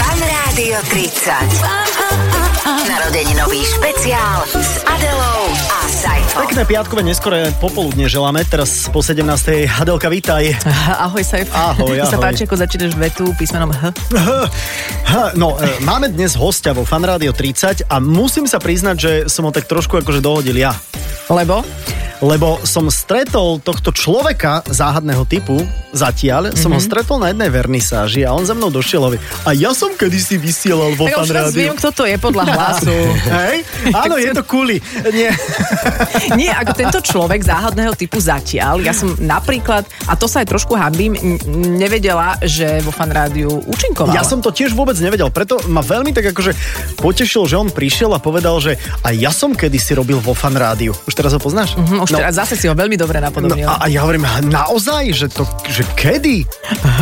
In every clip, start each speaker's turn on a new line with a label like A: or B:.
A: Rádio 30. Narodeninový špeciál s Adelou a Saifom.
B: Pekné piatkové neskoré popoludne želáme. Teraz po 17. Hadelka, vítaj.
C: Ahoj, Saif.
B: Ahoj,
C: Ti sa
B: ahoj.
C: páči, ako začínaš vetu písmenom H.
B: No, e, máme dnes hostia vo Fan Rádio 30 a musím sa priznať, že som ho tak trošku akože dohodil ja.
C: Lebo?
B: Lebo som stretol tohto človeka záhadného typu, zatiaľ, mm-hmm. som
C: Mhm.
B: ho stretol na jednej vernisáži a on za mnou došiel a hovorí, a ja som kedysi vysielal vo
C: Tak ja
B: Fan
C: už teraz
B: Rádiu.
C: viem, kto to je podľa hlasu.
B: Hej? Áno, je to kuli. Nie.
C: Nie, ako tento človek záhadného typu zatiaľ. Ja som napríklad, a to sa aj trošku hambím, n- nevedela, že vo fan rádiu účinkoval.
B: Ja som to tiež vôbec nevedel, preto ma veľmi tak akože potešil, že on prišiel a povedal, že a ja som kedysi robil vo fan rádiu. Už teraz ho poznáš?
C: Hm, Už no. teraz zase si ho veľmi dobre
B: no,
C: napodobnil.
B: a, a ja hovorím, "Ha, naozaj? Že, to, že kedy?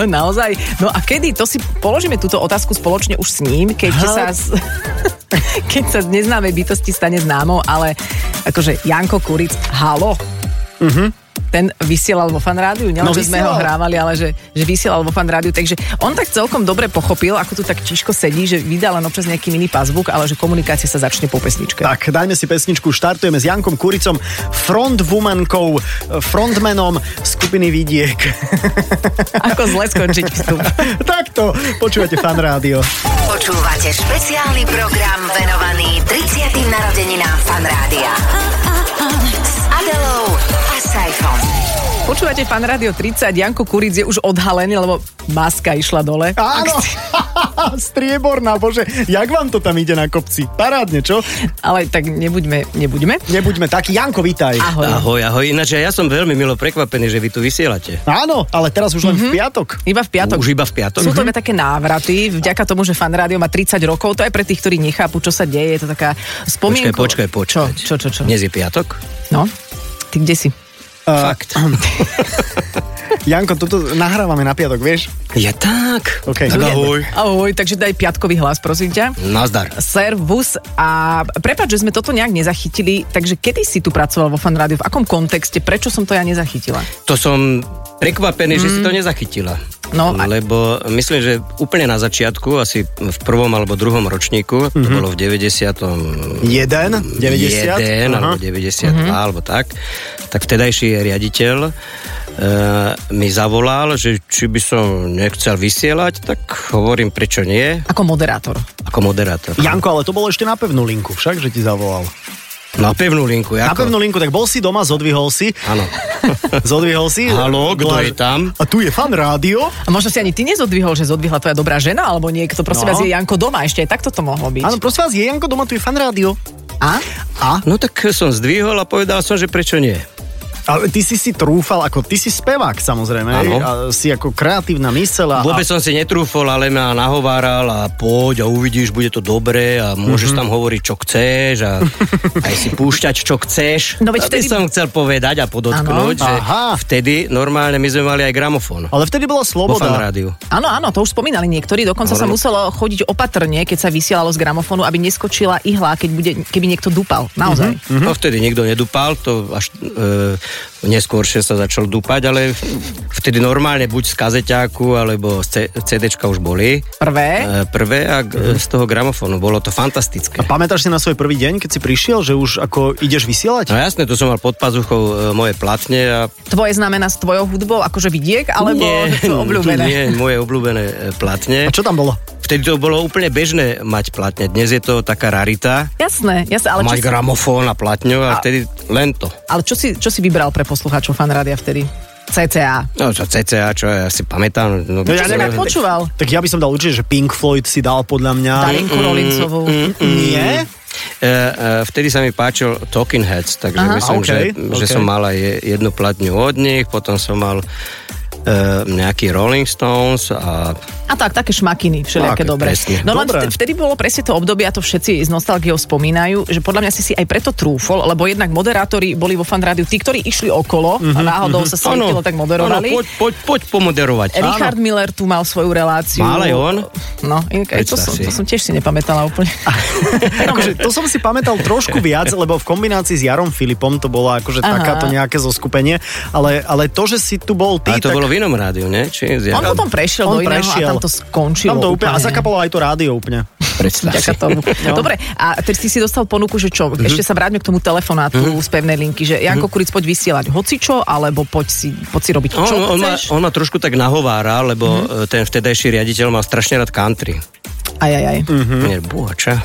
C: Naozaj. No a kedy? To si položíme túto otázku spoločne už s ním, keď
B: Aha.
C: sa... Z... keď sa z neznámej bytosti stane známou, ale akože Janko Kuric, halo. Mhm. Ten vysielal vo fan rádiu, nielen,
B: No,
C: že sme ho
B: vysielal.
C: hrávali, ale že, že vysielal vo fan rádiu, takže on tak celkom dobre pochopil, ako tu tak čiško sedí, že vydá len občas nejaký mini pazvuk, ale že komunikácia sa začne po pesničke.
B: Tak, dajme si pesničku, štartujeme s Jankom Kuricom, frontwomankou, frontmanom skupiny Vidiek.
C: Ako zle skončiť vstup.
B: Takto, počúvate fan rádio.
A: Počúvate špeciálny program venovaný 30. narodeninám Fan Rádia. S Adelou a Saifom.
C: Počúvate fan rádio 30, Janko Kuric je už odhalený, lebo maska išla dole.
B: Áno,
C: Ak ste-
B: strieborná, bože, jak vám to tam ide na kopci? Parádne, čo?
C: Ale tak nebuďme, nebuďme.
B: Nebuďme takí. Janko, vítaj.
C: Ahoj.
D: Ahoj, ahoj. Ináč ja som veľmi milo prekvapený, že vy tu vysielate.
B: Áno, ale teraz už len
C: Mhm.
B: v piatok.
C: Iba v piatok.
D: Už iba v piatok? Mhm.
C: Sú to iba také návraty, vďaka tomu, že fan rádio má 30 rokov, to aj pre tých, ktorí nechápu, čo sa deje, je to taká
D: Počkaj,
C: spomienka.
D: počkaj, počkaj.
C: Čo, čo, čo? čo?
D: Dnes je piatok?
C: No, ty kde si?
D: Fakt.
B: Janko, toto nahrávame na piatok, vieš?
D: Ja tak.
B: OK.
D: Tak
B: Ľudia-
D: ahoj.
C: Ahoj, takže daj piatkový hlas, prosím ťa.
D: Nazdar.
C: Servus a prepáč, že sme toto nejak nezachytili, takže kedy si tu pracoval vo fan rádiu, v akom kontexte, prečo som to ja nezachytila?
D: To som prekvapený, že si to nezachytila.
C: Mm. No a-
D: Lebo myslím, že úplne na začiatku, asi v prvom alebo druhom ročníku, to
C: Mhm.
D: bolo v 90.
B: Jeden, Mhm. 90. Aha.
D: 91 alebo 92 mm-hmm. alebo tak, tak vtedajší riaditeľ e, mi zavolal, že či by som nechcel vysielať, tak hovorím prečo nie,
C: Ako moderátor.
D: ako moderátor.
B: Janko, ale to bolo ešte na pevnú linku, však, že ti zavolal.
D: Na pevnú linku,
B: Na
D: ako?
B: pevnú linku, tak bol si doma, zodvihol si.
D: Áno.
B: Zodvihol si.
D: Haló, kto je tam?
B: A tu je fan rádio.
C: A možno si ani ty nezodvihol, že zodvihla tvoja dobrá žena, alebo niekto, prosím
B: No.
C: vás, je Janko doma, ešte aj takto to mohlo byť.
B: Áno, prosím vás, je Janko doma, tu je fan rádio.
C: A?
B: A?
D: No tak som zdvihol a povedal som, že prečo nie.
B: Ale ty si si trúfal, ako ty si spevák samozrejme, hej?
D: Áno.
B: a si ako kreatívna mysel a,
D: Vôbec som si netrúfol, ale ma nahováral a poď a uvidíš, bude to dobré a môžeš mm-hmm. tam hovoriť, čo chceš a aj si púšťať, čo chceš.
C: No veď
D: To by
C: vtedy-
D: som chcel povedať a podotknúť,
B: Áno.
D: že
B: Aha.
D: vtedy normálne my sme mali aj gramofón.
B: ale vtedy bola
D: Po
B: sloboda.
D: fan rádiu.
C: Áno, áno, to už spomínali niektorí. Dokonca sa
D: Áno.
C: muselo chodiť opatrne, keď sa vysielalo z gramofónu, aby neskočila ihla, keď bude, keby niekto dúpal. Naozaj. Mm-hmm.
D: No vtedy nikto nedupal, to až e, neskôršie sa začal dupať, ale vtedy normálne buď z kazeťáku, alebo z CDčka už boli.
C: Prvé.
D: E, prvé a g- z toho gramofónu. Bolo to fantastické.
B: A pamätáš si na svoj prvý deň, keď si prišiel, že už ako ideš vysielať?
D: No jasné, tu som mal pod pazuchou e, moje platne a...
C: Tvoje znamená s tvojou hudbou, akože vidiek, alebo
D: nie,
C: to obľúbené.
D: Nie, moje obľúbené e,
B: A
D: platne.
B: čo tam bolo?
D: Vtedy to bolo úplne bežné mať platne. Dnes je to taká rarita.
C: Jasné, jasné, ale
D: Ale
C: čo,
D: mať
C: si,
D: gramofón a platňu
C: A-
D: a, vtedy len to.
C: ale čo si, čo si vybral pre poslucháčov fanrádia vtedy? CCA.
D: No čo CCA, čo ja si pamätám. No,
B: ja
C: Čo si
B: neviem.
C: tak počúval?
B: Tak ja by som dal určite, že Pink Floyd si dal podľa mňa. Mm,
C: Darinku
D: mm,
C: Rolincovú.
B: Nie?
D: E, e, vtedy sa mi páčil Talking Heads, takže
C: Aha.
D: myslím,
B: OK,
D: že, že
B: OK.
D: som mal aj jednu platňu od nich, potom som mal e, nejaký Rolling Stones a
C: A tak, také šmakiny, všelijaké
D: Také,
C: dobre.
D: presne.
C: No len
B: Dobre.
C: vt- vtedy bolo presne to obdobie, a to všetci s nostalgiou spomínajú, že podľa mňa si si aj preto trúfol, lebo jednak moderátori boli vo fan rádiu, tí, ktorí išli okolo a náhodou sa svietilo, tak moderovali.
D: Mhm, Áno, poď, poď, poď pomoderovať.
C: Richard Miller tu mal svoju reláciu.
D: Mal aj on?
C: No, inak, aj to,
D: Predstav
C: som,
D: si.
C: to som tiež si nepamätala úplne.
B: akože, to som si pamätal trošku viac, lebo v kombinácii s Jarom Filipom to bolo akože
C: Aha.
B: takáto nejaké zoskupenie, ale, ale to, že si tu bol ty,
D: Ale to
B: tak
D: bolo v inom rádiu, nie? Či z
C: On
D: Jara-
C: potom prešiel
B: On
C: do iného
B: prešiel.
C: a tam to skončilo.
B: Tam to úplne, a zakapalo aj to rádio úplne.
D: Predstav si.
C: Vďaka tomu. No. Dobre, a teraz si si dostal ponuku, že čo, ešte sa vráťme k tomu telefonátu z pevnej linky, že Janko Kuric, poď vysielať hocičo, alebo poď si, poď si robiť čo
D: On, on, ma,
C: chceš.
D: on ma trošku tak nahovára, lebo mm-hmm. ten vtedajší riaditeľ mal strašne rád country.
C: Aj, aj, aj.
D: Mm-hmm. Nie, búhača.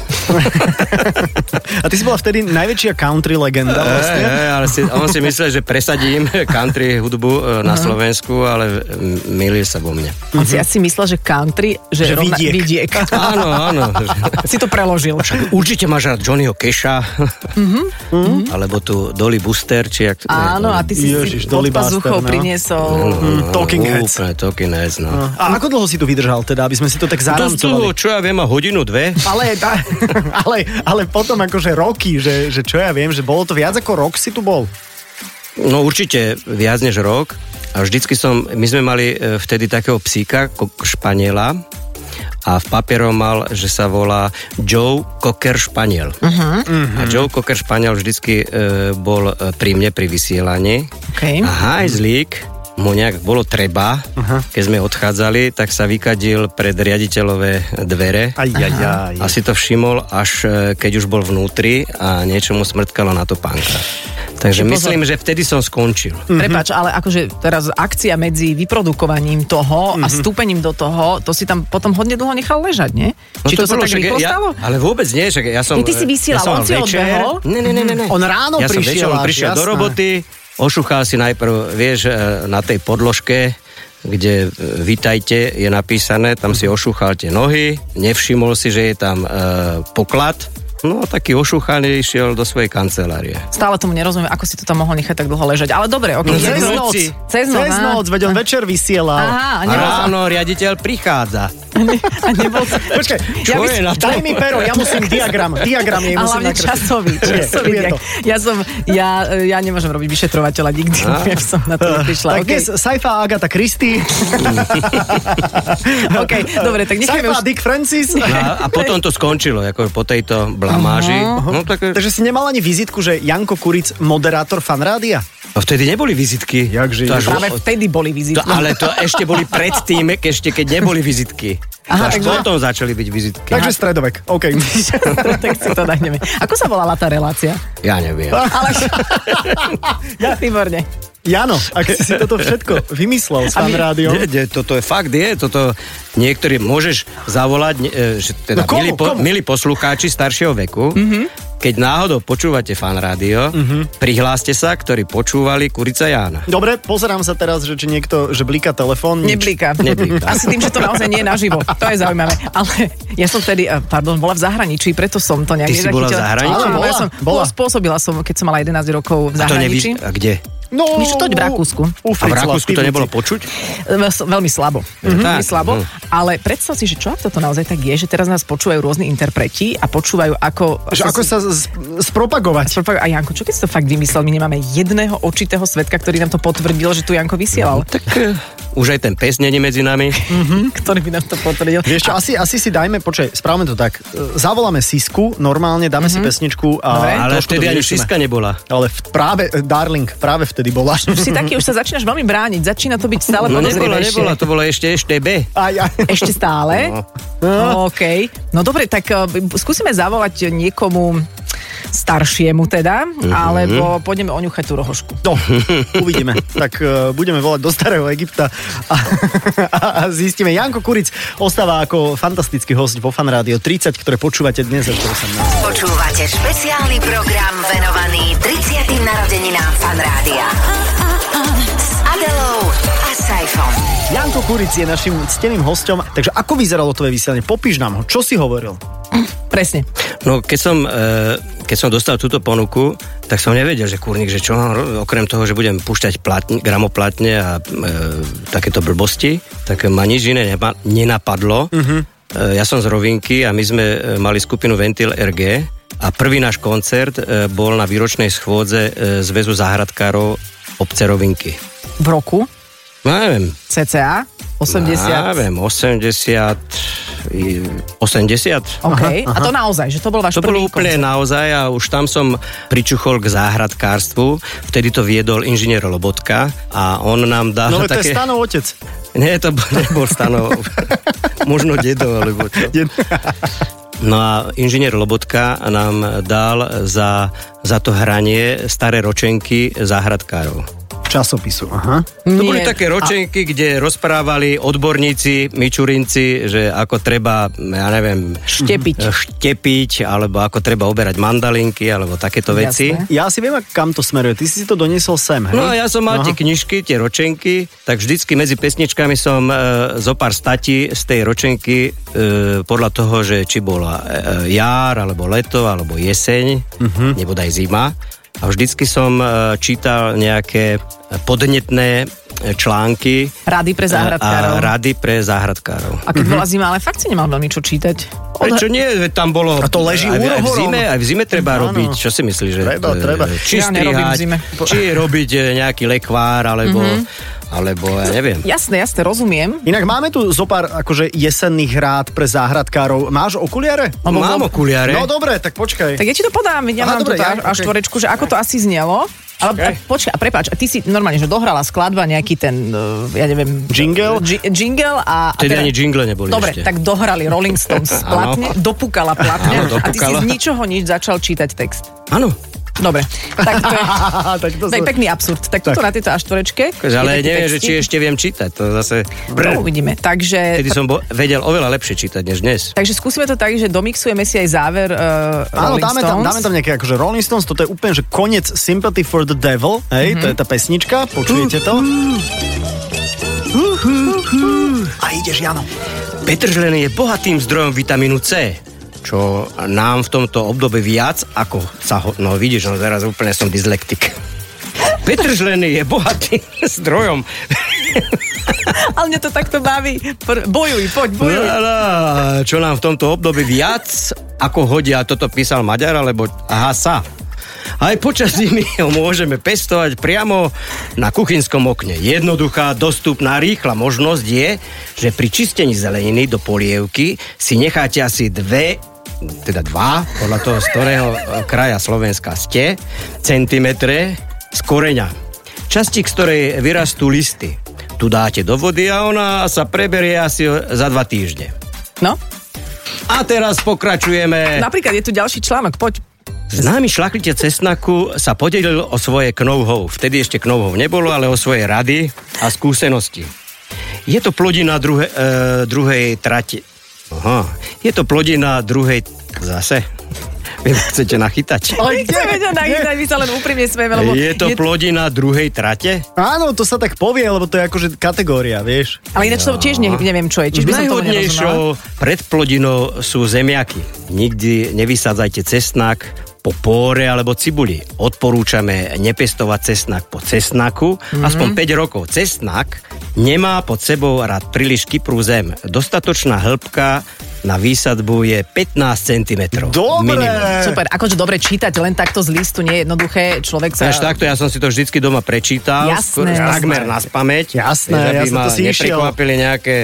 B: A ty si bola vtedy najväčšia country legenda
D: E,
B: vlastne.
D: e, ale si, on si myslel, že presadím country hudbu e, na Slovensku, ale m- milil sa vo mne.
C: On si asi myslel, že country, že,
B: Že
C: rovna,
B: vidiek.
C: vidiek.
D: Áno, áno.
C: si to preložil.
D: Určite máš rád Johnnyho Keša, mm-hmm. alebo tu Dolly Buster, či jak... no,
C: Áno, a ty si
B: Ježiš,
C: si
B: Dolly
C: pod pazuchou
B: Buster, no.
C: priniesol.
B: Mm, Talking Heads.
D: no, Úplne, Talking Heads, no. no.
B: A ako dlho si tu vydržal teda, aby sme si to tak
D: To
B: zaramcovali?
D: sú, čo ja viem, a hodinu, dve.
B: Ale, tá, ale, ale potom akože roky, že, že čo ja viem, že bolo to viac ako rok si tu bol.
D: No určite viac než rok. A vždycky som, my sme mali e, vtedy takého psíka, ko- španiela, a v papierom mal, že sa volá Joe Cocker Španiel. Uh-huh.
B: Mhm.
D: A Joe Cocker Španiel vždycky e, bol e, pri mne pri vysielaní.
C: Okay.
D: A hajzlík mu nejak bolo treba, uh-huh. keď sme odchádzali, tak sa vykadil pred riaditeľové dvere.
B: Aj, aj, aj.
D: Asi to všimol, až e, keď už bol vnútri a niečo mu smrtkalo na topánka.
C: Čiže
D: Takže
C: pozor.
D: myslím, že vtedy som skončil.
C: Prepač, ale akože teraz akcia medzi vyprodukovaním toho a stúpením do toho, to si tam potom hodne dlho nechal ležať, nie? Či to, sa tak
D: bolo No však-
C: rýchlo
D: ja,
C: stalo?
D: Ale vôbec nie, však ja som...
C: Ty- ty si
D: e,
C: vysielal,
D: ja som
C: on
D: mal
C: si
D: večer.
C: odbehol?
D: Ne, ne, ne, ne, ne.
B: On ráno
D: ja som
B: prišiel
D: večer, on
B: až,
D: prišiel do
B: jasné.
D: roboty, ošuchal si najprv, vieš, e, na tej podložke, kde e, vitajte je napísané, tam si ošuchal tie nohy, nevšimol si, že je tam e, poklad, no a taký ošuchaný išiel do svojej kancelárie.
C: Stále tomu nerozumiem, ako si to tam mohol nechať tak dlho ležať. Ale dobre, ok.
D: No,
C: je
D: cez
C: to-
D: noc.
C: Cez noc.
B: Cez
C: á.
B: noc, veď on večer vysielal.
C: Aha, a
D: A
C: nebol,
D: ráno riaditeľ prichádza.
C: a nebol
B: Počkaj,
D: Čo
C: by
D: je
C: som-
D: na to?
B: daj mi pero, ja musím diagram, diagram jej
C: a
B: musím
C: hlavne
B: nakresliť.
C: časový.
B: Tu je,
C: časový
B: tu je
C: nejak.
B: to.
C: ja, som, ja, ja nemôžem robiť vyšetrovateľa nikdy,
D: Á.
C: ja by som na to neprišla.
B: Tak
C: OK.
B: dnes Saifa Agata Christy.
C: OK, dobre, tak nechajme
B: Saifa
C: už-
B: Dick Francis.
D: No A, a potom to skončilo, ako po tejto blamáži. No, tak,
B: Takže si nemal ani vizitku, že Janko Kuric, moderátor fanrádia?
D: no vtedy neboli vizitky.
B: Jakže
D: to
B: nie.
D: až,
C: Práve vtedy boli
D: to,
C: vizitky.
D: ale to ešte boli predtým, ke- ešte keď neboli vizitky.
C: Aha,
D: Aha, až
C: takže-
D: potom začali byť vizitky.
B: Takže stredovek, OK.
C: tak si to dahneme. Ako sa volala tá relácia?
D: Ja neviem.
C: Ale... ja, výborne.
B: Jano, ak si si toto všetko vymyslel s
C: A my-
B: fanrádiom,
D: Nie, nie, toto je fakt, je, toto niektorý môžeš zavolať, ne- e, že teda
B: No komu,
D: milí, po,
B: komu?
D: milí poslucháči staršieho veku,
C: Mhm.
D: keď náhodou počúvate fan rádio,
B: Mhm.
D: prihláste sa, ktorí počúvali Kurica Jána.
B: Dobre, pozerám sa teraz, že či niekto, že blíka telefón. nič.
C: Neblíka.
D: Neblíka.
C: Asi tým, že to naozaj nie je naživo. To je zaujímavé. Ale ja som vtedy, eh, pardon, bola v zahraničí, preto som to nejak
D: Ty si bola v
C: nezachytila. Áno,
D: zahraničí?
C: ja
B: Bola,
C: som,
B: bola.
C: Spôsobila som, keď som mala 11 rokov v
D: A to eh.
C: zahraničí.
D: nevíš, a kde?
B: No,
C: Vieš čo, toť v Rakúsku.
B: U
D: A v
B: Fricla,
D: Rakúsku to
B: pivnici.
D: nebolo počuť?
C: Ve- Veľmi slabo. Mm-hmm. Veľmi
D: tak,
C: slabo.
D: mhm.
C: Ale predstav si, že čo ak toto naozaj tak je, že teraz nás počúvajú rôzni interpreti a počúvajú ako...
B: Že ako sa z- spropagovať.
C: A Janko, čo keď si to fakt vymyslel? My nemáme jedného očitého svetka, ktorý nám to potvrdil, že tu Janko vysielal.
D: Tak e, už aj ten pes není medzi nami.
C: Mhm. ktorý by nám to potvrdil.
B: Vieš čo, asi, asi si dajme, počkaj, správame to tak. E, Zavoláme Sisku, normálne dáme si pesničku a
C: Dobre.
D: Ale
B: trošku to
D: vtedy ani
B: vyriešime.
D: šiska nebola.
B: Ale v, práve, e, darling, práve vtedy bola.
C: Si taký, už sa začínaš veľmi brániť, začína to byť stále
D: No nebola,
C: podozrivejšie.
D: nebola, to bolo ešte ešte B.
B: Aj, aj.
C: Ešte stále?
D: No.
C: No. OK. No dobre, tak eh, skúsime zavolať niekomu staršiemu teda,
D: Mhm.
C: alebo pôjdeme oňuchať tú rohošku.
B: No, uvidíme. Tak uh, budeme volať do Starého Egypta a, a, a zistíme. Janko Kuric ostáva ako fantastický host vo Fan Rádio 30, ktoré počúvate dnes až do 18.
A: Počúvate špeciálny program venovaný 30. narodeninám Fanrádia. S Adelou a Saifom.
B: Janko Kuric je našim cteným hostom, takže ako vyzeralo tvoje vysielanie? Popíš nám ho, čo si hovoril?
C: Presne.
D: No keď som, e, keď som dostal túto ponuku, tak som nevedel, že kurník, že čo mám, ro- okrem toho, že budem púšťať platne, gramoplatne a e, takéto blbosti, tak ma nič iné nema, nenapadlo. Uh-huh. E, ja som z Rovinky a my sme e, mali skupinu Ventil RG a prvý náš koncert e, bol na výročnej schôdze e, Zväzu záhradkárov obce Rovinky.
C: V roku
D: No, ja neviem,
C: CCA 80.
D: Ja viem, 80, 80.
C: OK. Aha, A to naozaj, že to bol váš
D: To
C: prvý
D: bolo úplne
C: koncert.
D: naozaj a už tam som pričuchol k záhradkárstvu. Vtedy to viedol inžinier Lobotka a on nám dal
B: No ale to je
D: také...
B: stanov otec.
D: Nie, to bol, nebol stanov. Možno dedo, alebo čo. No a inžinier Lobotka nám dal za, za to hranie staré ročenky záhradkárov.
B: Časopisu, aha.
D: To
C: Nie.
D: boli také ročenky, kde rozprávali odborníci, mičurinci, že ako treba, ja neviem,
C: Štepiť.
D: štepiť, alebo ako treba oberať mandalinky, alebo takéto veci.
C: Jasné.
B: Ja si viem, kam to smeruje. Ty si si to doniesol sem, hej?
D: No a ja som mal tie knižky, tie ročenky, tak vždycky medzi pesničkami som e, zo pár statí z tej ročenky e, podľa toho, že či bola e, jar, alebo leto, alebo jeseň,
C: Mhm.
D: uh-huh. nebo aj zima. A vždycky som e, čítal nejaké podnetné e, články
C: Rady pre
D: e,
C: záhradkárov.
D: a Mhm. rady pre záhradkárov.
C: A keď bola zima, ale fakt si nemal veľmi čo čítať.
D: Prečo nie? Veď Tam bolo...
B: A to leží
D: aj, aj, v
B: úrohorom.
D: zime, aj v zime treba
B: Áno.
D: robiť. Čo si myslíš? Že,
B: Treba,
D: e,
B: treba.
D: Či
C: Ja nerobím v
D: strihať,
C: zime. Mhm.
D: či robiť e, nejaký lekvár, alebo, alebo ja neviem.
C: Jasné, jasné, rozumiem.
B: Inak máme tu zopár akože jesenných rád pre záhradkárov. Máš okuliare?
D: Mám okuliare.
B: No dobre, tak počkaj.
C: Tak ja ti to podám, veď ja
B: Aha,
C: mám
B: dobre,
C: túto
B: ja,
C: ja, až
B: okej.
C: tvorečku, že ako to asi znelo. Ale
D: Okej.
C: okay. počkaj, a prepáč, a ty si normálne, že dohrala skladba nejaký ten, eh, ja neviem...
B: Jingle?
C: Dži, jingle a... a
D: Vtedy ani jingle neboli
C: Dobre,
D: ešte.
C: tak dohrali Rolling Stones
D: Áno.
C: platne, dopukala platne
D: Áno,
C: a ty si z
D: dopukala.
C: ničoho nič začal čítať text.
D: Áno.
C: Dobre, tak to je...
B: tak to
C: To je
B: sa-
C: pekný absurd. Tak,
B: Tak.
C: toto na tejto aštvorečke.
D: Akože,
C: je
D: Ale
C: taký
D: neviem, že
C: textík.
D: či ešte viem čítať. To zase...
C: No, uvidíme. Takže,
D: Vtedy som bo- vedel oveľa lepšie čítať než dnes.
C: takže skúsime to tak, že domixujeme si aj záver uh,
B: Áno,
C: Rolling
B: dáme tam,
C: Stones.
B: dáme tam nejaké akože Rolling Stones, toto je úplne, že koniec Sympathy for the Devil, hej,
D: Mhm.
B: mm-hmm. to je tá pesnička, počujete to? A ideš, Jano.
D: Petržlen je bohatým zdrojom vitamínu C, čo nám v tomto období viac ako sa ho... No vidíš, no teraz úplne som dyslektik. Petržlen je bohatým zdrojom.
C: Ale mňa to takto baví. Pr- bojuj, poď,
D: No,
C: bojuj.
D: no, čo nám v tomto období viac ako hodia, toto písal Maďar, alebo aha, sa. Aj počas zimy ho môžeme pestovať priamo na kuchynskom okne. Jednoduchá, dostupná, rýchla možnosť je, že pri čistení zeleniny do polievky si necháte asi dve teda dva, podľa toho, z ktorého e, kraja Slovenska ste, centimetre z koreňa. Časti, z ktorej vyrastú listy. Tu dáte do vody a ona sa preberie asi o- za dva týždne.
C: No,
D: A teraz pokračujeme.
C: napríklad je tu ďalší článok, poď.
D: Známy šlachlite cesnaku sa podelil o svoje knouhov. Vtedy ešte knouhov nebolo, ale o svoje rady a skúsenosti. Je to plodina druhe, e, druhej trati. Aha. Je to plodina druhej... Zase. Vy ma chcete nachytať.
C: Ale chceme ťa nahýdať, my sa len úprimne smejeme, lebo...
D: Je to plodina druhej trate?
B: Áno, to sa tak povie, lebo to je akože kategória, vieš.
C: Ale ináč to tiež ne, neviem, čo je, čiže by som tomu nerozumela.
D: Najhodnejšou predplodinou sú zemiaky. Nikdy nevysádzajte cesnak po póre alebo cibuli. Odporúčame nepestovať cesnak po cesnaku
C: Mhm.
D: aspoň 5 rokov. Cesnak nemá pod sebou rád príliš kyprú zem. Dostatočná hĺbka na výsadbu je 15 cm.
B: Dobre!
D: Minimum.
C: Super, akože dobre čítať len takto z listu nie je jednoduché, človek sa...
D: Až takto, ja som si to vždycky doma prečítal.
C: Jasné,
D: skôr-
C: jasné.
D: Takmer na spameť.
B: Jasné,
D: aby
B: jasné,
D: ma
B: to si išiel.
D: neprekvapili nejaké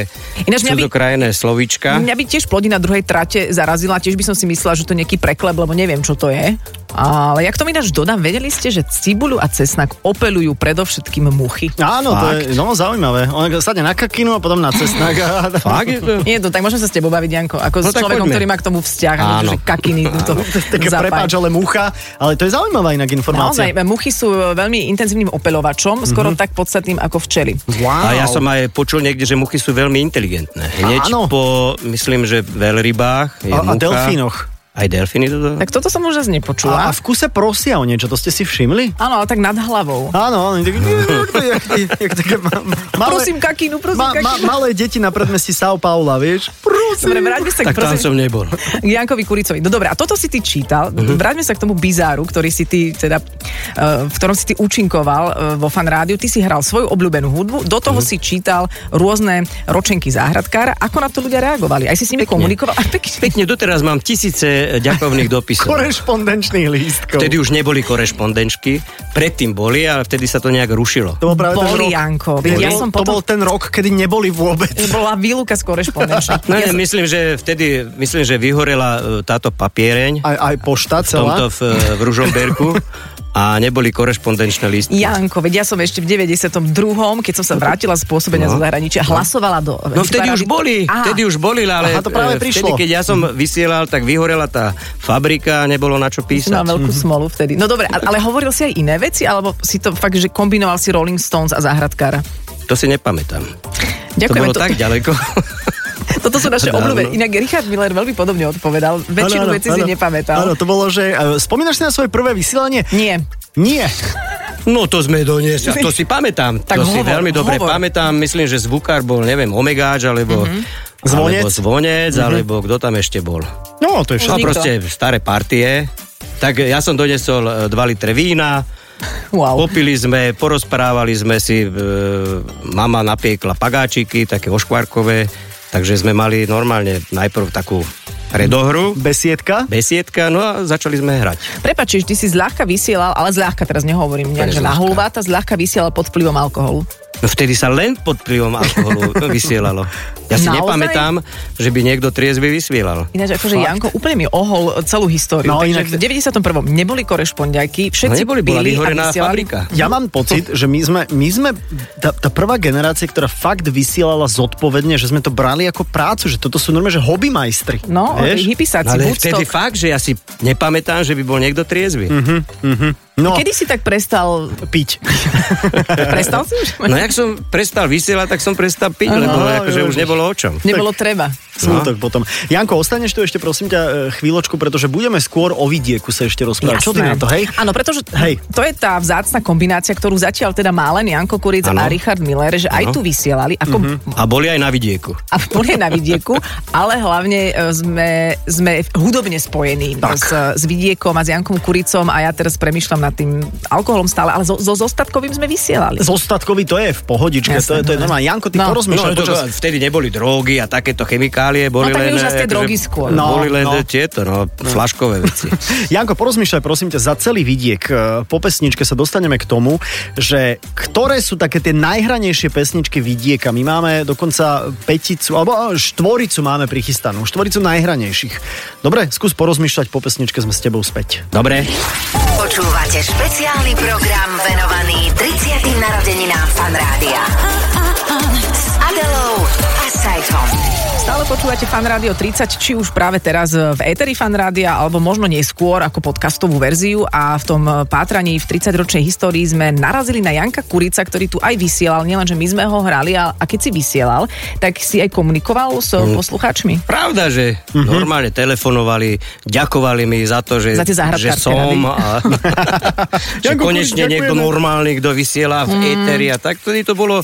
C: Ináč mňa by-
D: cudzokrajné slovíčka.
C: Mňa by tiež plodina druhej trate zarazila, tiež by som si myslela, že to je nejaký preklep, lebo neviem, čo to je. Ale jak to mi dáš dodám, vedeli ste, že cibuľu a cesnak opelujú predovšetkým muchy.
B: Áno, to je no, zaujímavé. On sadne na kakinu a potom na cesnak. A...
D: Fakt je to?
C: Nie, to tak môžem sa s tebou baviť, Janko, ako
D: No
C: no, s
D: tak
C: človekom,
D: poďme.
C: ktorý má k tomu vzťah, a
D: Áno.
C: že kakiny to
B: Také
C: zapája.
B: prepáč, ale mucha. Ale to je zaujímavá inak informácia.
C: Naozaj, e, muchy sú veľmi intenzívnym
B: Mhm.
C: opelovačom, skoro mm-hmm. tak podstatným ako včely.
B: Wow.
D: A ja som aj počul niekde, že muchy sú veľmi inteligentné. Hneď
B: Áno.
D: po, myslím, že veľrybách je
B: A- a
D: mucha.
B: delfínoch.
D: Aj delfíny toto?
C: Tak toto som už zase
B: a, a
C: nepočula.
B: v kuse prosia o niečo, to ste si všimli?
C: Áno, ale tak nad hlavou.
B: Áno, oni tak... jak- jak- jak také ma- ma- malé-
C: Prosím, kakinu, prosím,
B: ma- ma-
C: kakinu.
B: Malé deti na predmestí São Paula, vieš? Prosím.
C: Dobre, vráťme sa k,
D: tak tam
C: prosím,
D: som nebol.
C: k Jankovi Kuricovi. No dobre, a toto si ty čítal.
B: Mhm.
C: Vráťme sa k tomu bizáru, ktorý si ty, teda, eh, v ktorom si ty účinkoval eh, vo fan rádiu. Ty si hral svoju obľúbenú hudbu, do toho
B: Mhm.
C: si čítal rôzne ročenky záhradkára. Ako na to ľudia reagovali? Aj si s nimi komunikoval? A pekne.
D: Pekne, doteraz mám tisíce eh, ďakovných dopisov.
B: Korešpondenčných lístkov.
D: Vtedy už neboli korešpondenčky, predtým boli, ale vtedy sa to nejak rušilo.
B: to bol práve ten
C: Boli,
B: rok,
C: Janko,
B: Vtedy
C: veď ja
B: bol-
C: som
B: to
C: potom-
B: bol ten rok, kedy neboli vôbec.
C: bola výluka z korešpondenčných.
D: No, ne, my myslím, že vtedy, myslím, že vyhorela e, táto papiereň
B: Aj, aj pošta
D: v tomto
B: celá.
D: v, e, v Ružomberku a neboli korešpondenčné listy.
C: Janko, veď ja som ešte v 92., keď som sa vrátila z pôsobenia zo zahraničia, hlasovala do...
D: No vtedy už boli,
C: Aha.
D: vtedy už boli, ale
B: Aha, to práve
D: e, vtedy,
B: prišlo.
D: keď ja som
C: Mhm.
D: vysielal, tak vyhorela tá fabrika a nebolo na čo písať.
C: Mal veľkú smolu vtedy. No dobre, a- ale hovoril si aj iné veci, alebo si to fakt, že kombinoval si Rolling Stones a záhradkára?
D: To si nepamätám. to
C: Ďakujeme.
D: bolo tak no. ďaleko.
C: Toto sú naše
D: Dávno.
C: obľúbe. Inak Richard Miller veľmi podobne odpovedal. Väčšinu vecí si nepamätal.
B: Áno, to bolo, že... e, Spomínaš si na svoje prvé vysielanie?
C: Nie.
B: Nie.
D: No to sme doniesli. To si pamätám.
C: Tak
D: to si
C: hovor,
D: veľmi dobre
C: hovor. Mhm.
D: pamätám. Myslím, že zvukár bol, neviem, Omegáč, alebo...
B: Zvonec.
D: Alebo zvonec, alebo kto tam ešte bol.
B: No, to je
C: Už
B: všetko.
D: No
C: nikto.
D: proste staré partie. Tak ja som donesol 2 litre vína,
C: Wow.
D: popili sme, porozprávali sme si, e, mama napiekla pagáčiky, také oškvarkové, takže sme mali normálne najprv takú predohru,
B: Besiedka.
D: besiedka, no a začali sme hrať.
C: Prepač, čiže ty si zľahka vysielal, ale zľahka teraz nehovorím nejak,
D: Úplne
C: že na
D: zľahka.
C: hulváta, zľahka vysielal pod vplyvom alkoholu.
D: No vtedy sa len pod vplyvom alkoholu vysielalo. Ja si
C: Naozaj?
D: nepamätám, že by niekto triezvy vysielal.
C: Ináč, akože
B: Fakt?
C: Janko úplne mi ohol celú históriu.
B: No,
C: No,
B: inak-
C: Takže v 91. neboli korešpondiaky,
D: No
C: všetci
D: neboli, bola
C: pili
D: vyhorená
C: a vysielali.
D: fabrika.
B: Ja mám pocit, že my sme, my sme tá, tá prvá generácia, ktorá fakt vysielala zodpovedne, že sme to brali ako prácu, že toto sú normálne, že hobby majstri.
C: No, hypisáci,
D: Ale
C: Woodstock.
D: vtedy fakt, že ja si nepamätám, že by bol niekto triezvy. Mm-hmm.
B: no,
C: Kedy si tak prestal,
B: piť.
C: prestal si už?
D: No jak som prestal vysielať, tak som prestal piť,
B: Áno,
D: lebo akože
B: jo, už.
D: už nebolo o čom.
C: Nebolo treba.
B: Smutok potom. Janko, ostaneš tu ešte prosím ťa e, chvíľočku, pretože budeme skôr o vidieku sa ešte rozprávať. No, Čo ty
C: Jasné.
B: na to, hej?
C: Áno, pretože
B: Hej.
C: hej. to je tá vzácna kombinácia, ktorú zatiaľ teda má len Janko Kuric
D: Áno.
C: a Richard Miller, že aj
D: Áno.
C: tu vysielali, ako
B: Mhm.
D: A boli aj na vidieku.
C: a boli na vidieku, ale hlavne e, sme, sme hudobne spojení
B: Tak.
C: s, s vidiekom a s Jankom Kuricom a ja teraz premyšľam nad tým alkoholom stále, ale so, so zostatkovým sme vysielali.
B: Zostatkový to je v pohodičke, to, je- to je normálne. Janko, ty
C: No.
B: no,
D: No,
B: porozmýšľaj
D: to,
B: počas...
D: to, vtedy neboli drogy a takéto chemikálie, boli
C: tak
D: len...
C: už asi tie
D: akože-
C: drogy skôr.
B: No,
D: boli len
B: no.
D: tieto, no, flaškové veci.
B: Janko, porozmýšľaj prosím ťa za celý vidiek. E, Po pesničke sa dostaneme k tomu, že ktoré sú také tie najhranejšie pesničky vidieka. My máme dokonca peticu, alebo e, štvoricu máme prichystanú. Štvoricu najhranejších. Dobre, skús porozmýšľať po pesničke, sme s tebou späť.
D: Dobre,
A: Počúvate špeciálny program venovaný 30. narodeninám Fanrádia. S Adelou a Saifom.
C: Stále počúvate Fan Rádio 30, či už práve teraz v Eteri Fan Rádia, alebo možno neskôr ako podcastovú verziu a v tom eh, pátraní v 30-ročnej histórii sme narazili na Janka Kurica, ktorý tu aj vysielal, nielenže my sme ho hrali a, a keď si vysielal, tak si aj komunikoval s eh, poslucháčmi.
D: Pravda, že mm-hmm. normálne telefonovali, ďakovali mi za to, že,
C: Za tie záhradkárske
D: že som
C: rady.
D: a že
B: Janko, ďakujeme.
D: konečne niekto normálny, kto vysiela v mm. éteri a tak vtedy to bolo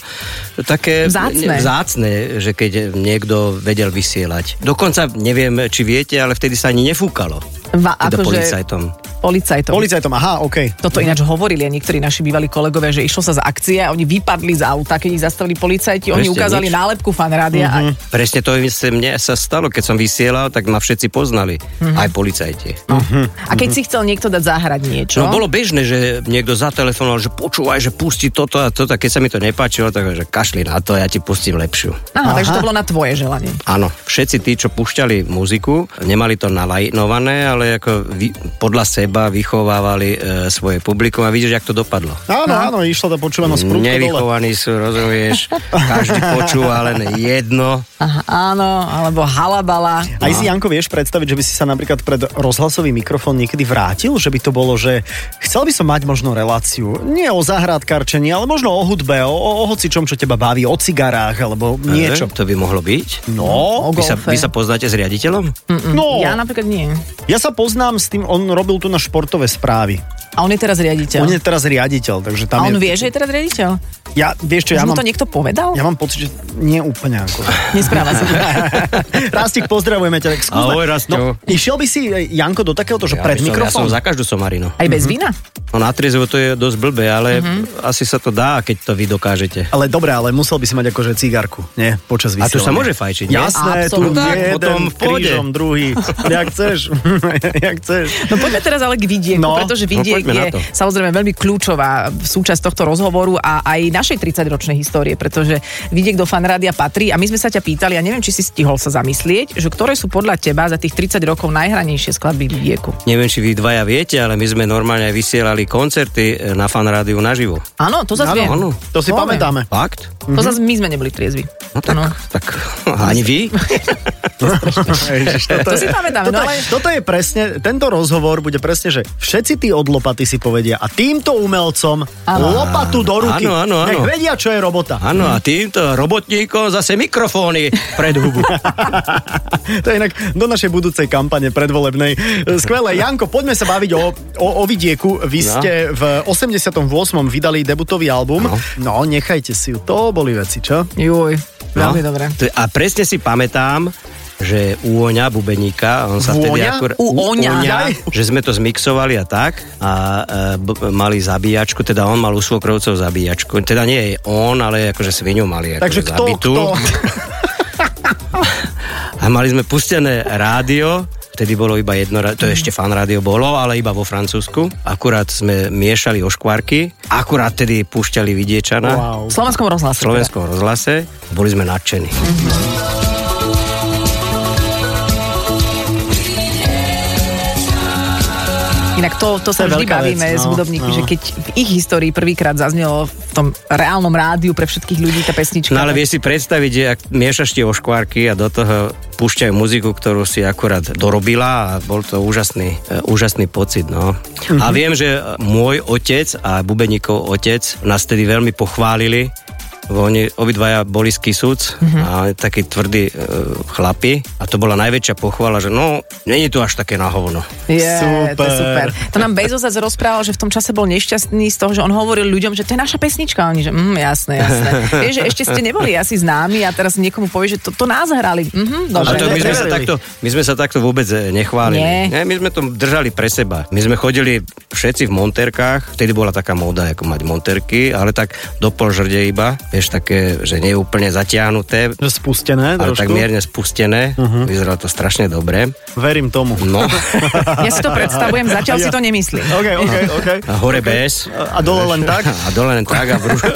D: také
C: Mhm. Vzácne.
D: ne- vzácne, že keď niekto vedel vysielať. Dokonca neviem, či viete, ale vtedy sa ani nefúkalo.
C: Va, akože-
D: Teda policajtom.
C: Policajtom.
B: Policajtom, aha, OK.
C: Toto ináč hovorili aj niektorí naši bývalí kolegovia, že išlo sa z akcie a oni vypadli z auta, keď ich zastavili policajti, oni
D: Presne,
C: ukázali
D: nič.
C: nálepku fanrádia
B: Mhm,
C: uh-huh. a
D: Presne to im sa- mne sa stalo, keď som vysielal, tak ma všetci poznali,
B: Mhm.
D: aj policajti.
C: No. A keď si chcel niekto dať zahrať niečo...
D: No bolo bežné, že niekto zatelefonoval, že počúvaj, že pusti toto a toto. Keď sa mi to nepáčilo, tak že kašli na to, ja ti pustím lepšiu.
C: Aha, takže
B: Aha.
C: to bolo na tvoje želanie.
D: Áno, všetci tí, čo púšťali muziku, nemali to nalajnované, ale ako vy, podľa seba vychovávali e, svoje publikum a vidíš, jak to dopadlo.
B: Áno, áno, išlo to počúvanosť prúdko No, dole.
D: Nevychovaní sú, rozumieš, každý počúva len jedno.
C: Aha, áno, alebo halabala.
B: Aj si, Janko, vieš predstaviť, že by si sa napríklad pred rozhlasový mikrofón niekedy vrátil? Že by to bolo, že chcel by som mať možno reláciu, nie o zahrádkarčení, ale možno o hudbe, o, o hocičom, čo teba baví, o cigarách, alebo niečo.
D: E, To by mohlo byť.
B: No,
C: O
D: Vy sa,
C: golfe.
D: vy sa poznáte s riaditeľom?
B: no,
C: Ja napríklad nie.
B: ja sa poznám s tým, on robil tu na športové správy.
C: A on je teraz
B: On
C: riaditeľ.
B: je teraz riaditeľ, takže
C: a
B: tam
C: on
B: je...
C: vie, že je teraz riaditeľ?
B: Ja, vieš čo,
C: Už
B: ja
C: mu
B: mám,
C: to niekto povedal?
B: ja mám pocit, že nie úplne ako.
C: Nespráva sa.
B: Rastik, pozdravujeme ťa. Tak skúsme.
D: Ahoj, Rastio.
B: No, išiel by si, e, Janko, do takéhoto, že
D: Ja
B: pred
D: by som- Ja
B: mikrofón?
D: som za každú somarinu.
C: Aj bez vína?
D: No na trezvo to je dosť blbé, ale mm-hmm. asi sa to dá, keď to vy dokážete.
B: Ale dobre, ale musel by si mať akože cigárku, nie? Počas
D: A
B: vysielania.
D: tu sa môže fajčiť, nie?
B: Jasné, tu
C: Absolútne.
D: Tak,
B: jeden
D: potom v pohode.
B: krížom, druhý. Jak chceš, jak chceš.
C: No poďme teraz ale k vidieku,
B: No,
C: pretože
D: no
C: vidiek
D: poďme na
C: je
D: to.
C: samozrejme veľmi kľúčová súčasť tohto rozhovoru a aj na našej 30-ročnej histórie, pretože vidiek do fanrádia patrí a my sme sa ťa pýtali, ja neviem, či si stihol sa zamyslieť, že ktoré sú podľa teba za tých 30 rokov najhranejšie skladby vidieku.
D: Neviem, či vy dvaja viete, ale my sme normálne aj vysielali koncerty e, na fanrádiu naživo.
C: Áno, to zase
B: Áno,
C: viem.
D: áno.
B: To si
C: viem.
B: pamätáme.
D: Fakt?
C: To zase my sme neboli triezvi.
D: No tak,
C: Áno.
D: tak ani vy?
B: Ježiš,
C: To si pamätáme,
B: toto,
C: no ale-
B: je- toto je presne, tento rozhovor bude presne, že všetci tí od lopaty si povedia a týmto umelcom
C: Áno.
B: lopatu do ruky.
D: Áno, áno, áno.
B: Nech vedia, čo je robota.
D: Áno, a týmto robotníkom zase mikrofóny pred hubu.
B: To je inak do našej budúcej kampane predvolebnej. E, Skvelé, Janko, poďme sa baviť o, o, o vidieku. Vy
D: No.
B: ste v 88. vydali debutový album.
D: No.
B: No, nechajte si ju. To boli veci, čo?
C: Juj,
D: No.
C: veľmi dobre.
D: T- A presne si pamätám, že u Oňa Bubeníka, on sa vtedy
B: Vôňa?
D: akur...
C: U Oňa?
D: že sme to zmixovali a tak a e, b- mali zabíjačku, teda on mal u svokrovcov zabíjačku, teda nie je on, ale akože svinu mali akože
B: Takže kto,
D: zabitú.
B: kto?
D: A mali sme pustené rádio, vtedy bolo iba jedno, ra- to ešte fan rádio bolo, ale iba vo Francúzsku. Akurát sme miešali oškvarky, akurát tedy púšťali vidiečana.
B: Wow.
C: V slovenskom
D: v
C: rozhlase. teda.
D: slovenskom rozhlase. Boli sme nadšení.
C: Inak to, to
B: To
C: sa
B: je
C: vždy
B: veľká
C: bavíme
B: vec,
C: s
B: no,
C: hudobníkmi,
B: no.
C: že keď v ich histórii prvýkrát zaznelo v tom reálnom rádiu pre všetkých ľudí tá pesnička.
D: No ale
C: tak-
D: vieš si predstaviť, že ak miešaš tie oškvárky a do toho púšťajú muziku, ktorú si akurát dorobila a bol to úžasný, e, úžasný pocit. No. A
C: Mhm.
D: viem, že e, môj otec a Bubeníkov otec nás tedy veľmi pochválili, bo oni obidvaja boli z Kisúc
C: Mhm.
D: a oni takí tvrdí e, chlapi a to bola najväčšia pochvala, že no, není to až také na hovno.
C: Je, to je
B: Super.
C: super. To nám Bezos zase rozprával, že v tom čase bol nešťastný z toho, že on hovoril ľuďom, že to je naša pesnička. A Oni, že mm, jasné, jasné. Vieš, že ešte ste neboli asi známi a teraz niekomu povie, že to, to nás hrali. Mhm,
D: A
C: dobre.
D: to my sme, sa
B: Neverili.
D: takto, my sme sa takto vôbec e,
C: Nie.
D: nechválili. Nie. my sme to držali pre seba. My sme chodili všetci v monterkách, vtedy bola taká móda, ako mať monterky, ale tak do pol žrde iba, vieš, také, že nie úplne zatiahnuté,
B: Že Spustené
D: ale tak
B: trošku. Mhm.
D: mierne spustené. Uh-huh. Vyzeralo to strašne dobre.
B: Verím tomu.
D: No,
C: Ja si to predstavujem, zatiaľ si to nemyslím.
B: OK, OK, OK.
D: a hore bez.
B: A dole len tak?
D: A dole len tak a v rúšku.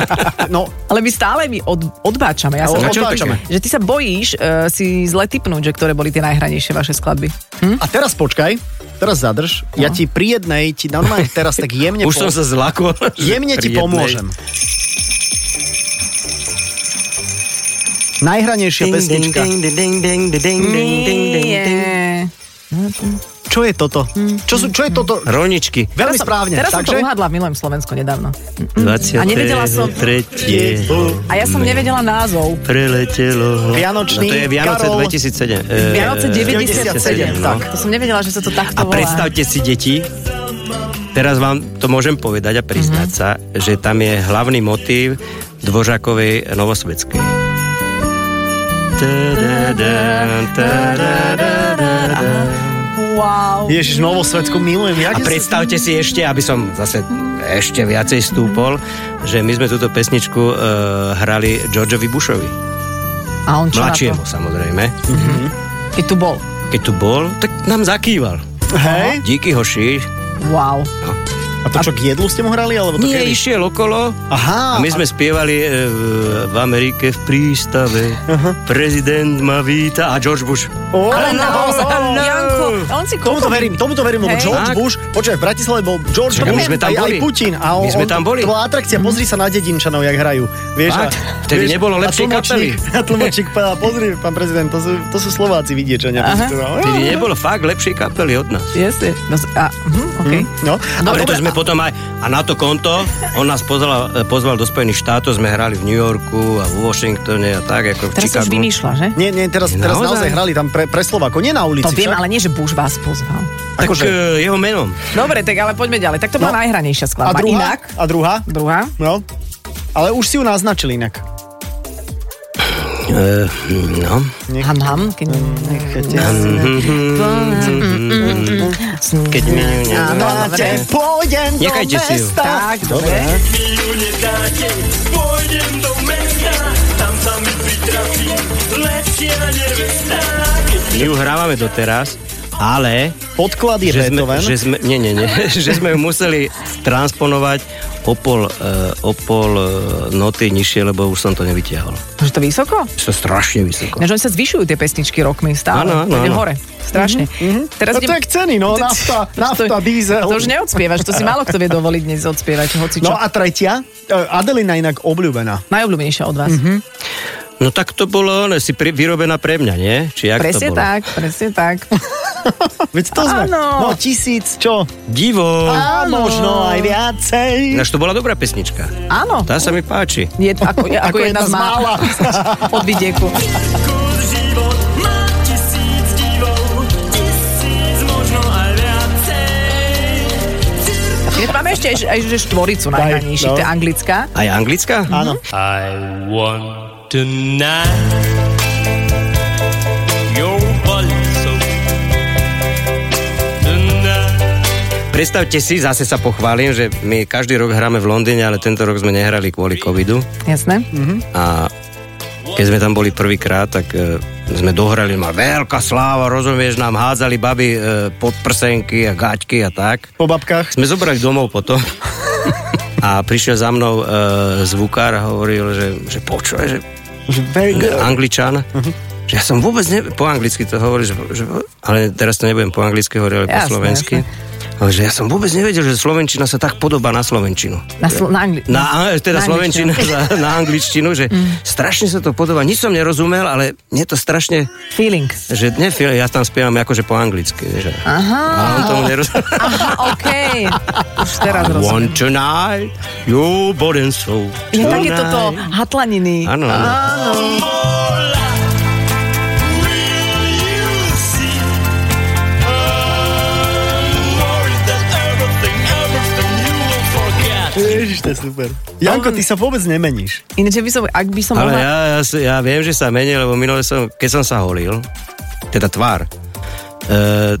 B: No,
C: Ale my stále my od, odbáčame. Ja
B: A
C: sa
B: od-
C: Čo to
B: odbáčame.
C: také? Že ty sa bojíš uh, si zle typnúť, že ktoré boli tie najhranejšie vaše skladby. Hm?
B: a teraz počkaj, teraz zadrž. Ja ti pri jednej, ti normálne teraz tak jemne
D: No. Už som sa zlakol. že
B: Jemne ti
D: pri jednej-
B: pomôžem. Najhranejšia pesnička.
C: Nie.
B: Čo je toto? Čo, sú, čo je toto?
D: Rolničky.
B: Veľmi
C: Teraz som-
B: správne.
C: Teraz som
B: Takže
C: to uhádla v Milujem Slovensko nedávno.
D: 23.
C: A nevedela som- A ja som nevedela názov.
D: preletelo.
B: Vianočný
D: No to je Vianoce
B: Karol.
D: 2007. e, no.
C: Vianoce 97,
B: 97,
C: tak.
B: tak.
C: To som nevedela, že sa to takto
D: A
C: volá.
D: predstavte si, deti, teraz vám to môžem povedať a priznať
B: Mhm.
D: sa, že tam je hlavný motív Dvořákovej Novosvedskej.
C: Wow.
B: Ježiš, Novosvedsku milujem. Ja
D: A predstavte si ešte, aby som zase ešte viacej stúpol, že my sme túto pesničku e, hrali Georgeovi Bushovi.
C: A on čo na
D: Mladšiemu
C: to?
D: samozrejme.
C: Keď tu bol.
D: Keď tu bol, tak nám zakýval.
B: Hej.
D: Díky hoši.
C: Wow.
B: A to čo, k jedlu ste mu hrali? Alebo to
D: Nie,
B: kedy?
D: išiel okolo a
B: Aha.
D: my sme spievali e, v- v Amerike v prístave. Prezident ma víta a George Bush.
B: Oh,
C: Ale naozaj, Janko, on si
B: Tomuto
C: koľko...
B: verím, tomuto verím, lebo
C: Hej.
B: George
D: Tak.
B: Bush, počkaj, v Bratislave bol George
D: Čakaj, my
B: Bush,
D: sme tam
B: aj, aj
D: boli.
B: Putin. A
D: My
B: on,
D: sme tam boli.
B: To bola atrakcia, pozri sa na dedinčanov, jak hrajú. Vieš,
D: Tak, vtedy nebolo lepšej
B: tlmočník- A tlmočník povedal, pozri, pán prezident, to sú, to sú Slováci vidiečania.
C: Aha.
D: Tedy nebolo fakt lepšej kapely od nás.
C: Yes, yes. No, a, hm, okay.
B: No,
D: A
B: a
D: preto sme potom aj, a na to konto, on nás pozval, e, pozval do Spojených štátov, sme hrali v New Yorku a v Washingtone a tak, ako v
C: Teraz som už
D: Chicagu.
C: vymýšľa, že?
B: Nie, nie, teraz,
D: Nie,
B: teraz naozaj
D: naozaj?
B: hrali tam pre, pre Slovákov, nie na ulici.
C: To viem,
B: však.
C: ale nie, že Bush vás pozval.
D: Tak
B: Akože-
D: e, jeho menom.
C: Dobre, tak ale poďme ďalej. Tak to
B: No.
C: bola
B: A
C: najhranejšia skladba.
B: druhá?
C: Inak,
B: A druhá?
C: druhá.
B: No. Ale už si ju naznačili inak.
D: E, no.
C: Ham, ham. Keď... Mm,
D: Keď mi ju ne...
C: Áno, No, dobre.
B: pôjdem
D: Nechajte si ju.
C: Tak, dobre.
E: Pôjdem do mesta, tam sa mi pritrafí lepšia nevesta. Keď
D: My ju hrávame doteraz, ale
B: Podklady
D: že sme,
B: Beethoven.
D: že sme, nie, nie, nie, že sme ju museli transponovať o pol, e, o pol e, noty nižšie, lebo už som to nevytiahol.
C: Že to vysoko?
D: To je strašne vysoko.
C: Ináč oni sa zvyšujú tie pesničky rokmi stále.
D: Áno, áno,
C: Ide
D: áno.
C: hore. Strašne. Mm-hmm. Teraz
B: No to je jak ceny, no, nafta, nafta, diesel.
C: To už neodspievaš, to si málo kto vie dovoliť dnes odspievať, hoci čo.
B: No a tretia, e, Adelina inak obľúbená.
C: Najobľúbenejšia od vás.
B: Mhm.
C: Mm-hmm.
D: No tak to bolo, ne, si pri, vyrobená pre mňa, nie? Či jak
C: Presne
D: to bolo?
C: tak, presne tak.
B: Veď to sme.
C: Áno.
B: No tisíc, čo?
D: Divo.
B: A možno aj viacej.
D: Ináč to bola dobrá pesnička.
C: Áno.
D: Tá sa mi páči.
C: Je, ako, je, ako,
B: Ako jedna z mála.
C: od vidieku.
E: Kus život má tisíc divov, tisíc možno aj viacej.
C: Ináč Máme ešte aj, aj že štvoricu najhranejší,
B: no.
C: to je anglická.
D: Aj anglická?
B: Áno.
E: I want tonight your body so tonight.
D: Predstavte si, zase sa pochválim, že my každý rok hráme v Londýne, ale tento rok sme nehrali kvôli covidu.
C: Jasné?
B: Mhm.
D: A keď sme tam boli prvýkrát, tak e, sme dohrali, mal veľká sláva, rozumieš, nám hádzali baby e, podprsenky a gaťky a tak.
B: Po babkách.
D: Sme zobrali domov potom a prišiel za mnou e, zvukár a hovoril, že, že počuje, že
B: Že Very good.
D: angličan,
C: Mhm.
D: že ja som vôbec ne... po anglicky to hovorí, že, že, ale teraz to nebudem po anglicky hovoriť, ale
C: Jasné,
D: po slovensky. Ale že ja som vôbec nevedel, že Slovenčina sa tak podobá na Slovenčinu.
C: Na, slo- na, angli-
D: Na, eh, teda
C: na
D: Slovenčinu,
C: angličtinu. Mm.
D: na, na angličtinu, že strašne sa to podobá. Nič som nerozumel, ale mne to strašne,
C: Feeling.
D: že ne, ja tam spievam akože po anglicky. Že,
C: Aha.
D: a on tomu nerozumel.
C: Aha, okej. Už teraz
D: I
C: rozumiem.
D: want tonight, your body and soul.
C: Je také
D: tonight.
C: toto hatlaniny.
D: Áno, áno.
E: Hola, will you see? I'm worried that everything, everything you will forget.
B: Ježiš, to je super. Janko, ty sa vôbec nemeníš.
C: Ináč, ja by som, ak by som
D: Ale
C: mohla...
D: ja, ja, si- ja viem, že sa menil, lebo minule som, keď som sa holil, teda tvár, e,